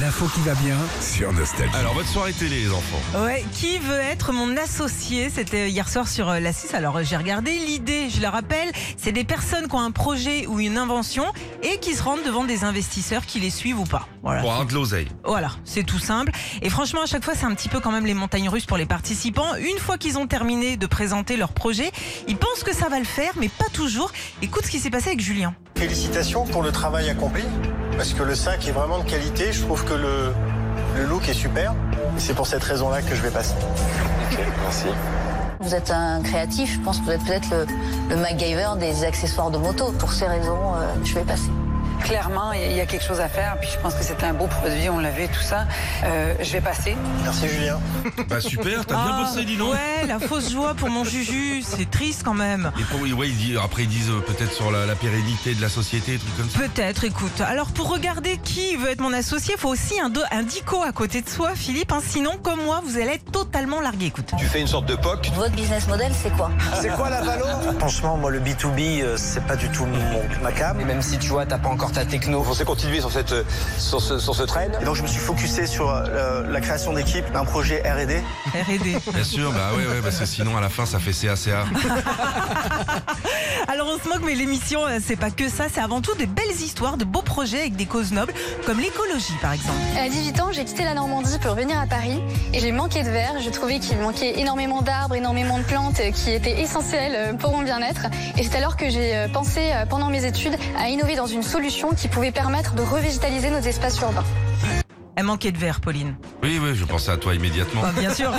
l'info qui va bien. sur Nostalgie. Alors, votre soirée télé, les enfants. Ouais, qui veut être mon associé C'était hier soir sur euh, la 6. Alors euh, j'ai regardé l'idée, je la rappelle, c'est des personnes qui ont un projet ou une invention et qui se rendent devant des investisseurs qui les suivent ou pas. Voilà. Pour un de l'oseille. Voilà, c'est tout simple. Et franchement, à chaque fois, c'est un petit peu quand même les montagnes russes pour les participants. Une fois qu'ils ont terminé de présenter leur projet, ils pensent que ça va le faire, mais pas toujours. Écoute ce qui s'est passé avec Julien. Félicitations pour le travail accompli, parce que le sac est vraiment de qualité. Je trouve que le, le look est super. Et C'est pour cette raison-là que je vais passer. Vous êtes un créatif, je pense que vous êtes peut-être le, le MacGyver des accessoires de moto. Pour ces raisons, euh, je vais passer. Clairement, il y a quelque chose à faire. Puis je pense que c'était un beau produit, on l'a vu, tout ça. Euh, je vais passer. Merci Julien. Bah, super, t'as bien Ah, bossé, dis donc. Ouais, la fausse joie pour mon Juju, c'est triste quand même. Et pour, ouais, ils disent- après, ils disent euh, peut-être sur la, la pérennité de la société, trucs comme ça. Peut-être, écoute. Alors pour regarder qui veut être mon associé, faut aussi un, do- un dico à côté de soi, Philippe. hein. Sinon, comme moi, vous allez être totalement largué. Écoute. Votre business model, c'est quoi C'est quoi la valo Franchement, moi, le B2B, euh, c'est pas du tout mon, ma cam. Et même si tu vois, t'as pas encore ta techno. Faut continuer sur cette, sur ce, sur ce train. Et donc, je me suis focusé sur euh, la création d'équipe d'un projet R&D. R&D. Bien sûr, bah ouais, ouais, parce que sinon, à la fin, ça fait CACA. Alors on se moque, mais l'émission, euh, c'est pas que ça. C'est avant tout des belles histoires, de beaux projets avec des causes nobles, comme l'écologie par exemple. À 18 Euh, ans, j'ai quitté la Normandie pour venir à Paris et j'ai manqué de verre. Je trouvais qu'il manquait énormément d'arbres, énormément de plantes euh, qui étaient essentielles euh, pour mon bien-être. Et c'est alors que j'ai euh, pensé euh, pendant mes études à innover dans une solution qui pouvait permettre de revégétaliser nos espaces urbains. Elle manquait de verre, Pauline. Oui, oui, je pensais à toi immédiatement. Bah, bien sûr. À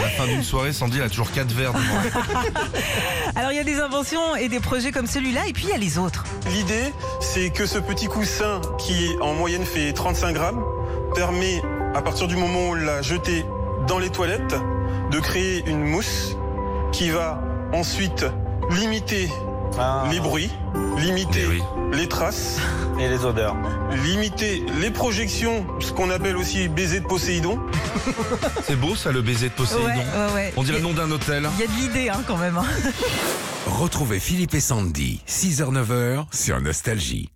la fin d'une soirée, Sandy elle a toujours quatre verres devant elle. Alors il y a des inventions et des projets comme celui-là, et puis il y a les autres. L'idée, c'est que ce petit coussin qui en moyenne fait 35 grammes permet, à partir du moment où on l'a jeté dans les toilettes, de créer une mousse qui va ensuite limiter Ah, les bruits, limiter Ah, Mais oui. les traces, Et les odeurs. limiter les projections, ce qu'on appelle aussi baiser de Poséidon. C'est beau, ça, le baiser de Poséidon. Ouais, ouais, ouais. On dirait le nom d'un hôtel. Il y a de l'idée hein, quand même. hein. Retrouvez Philippe et Sandy, 6h-9h sur Nostalgie.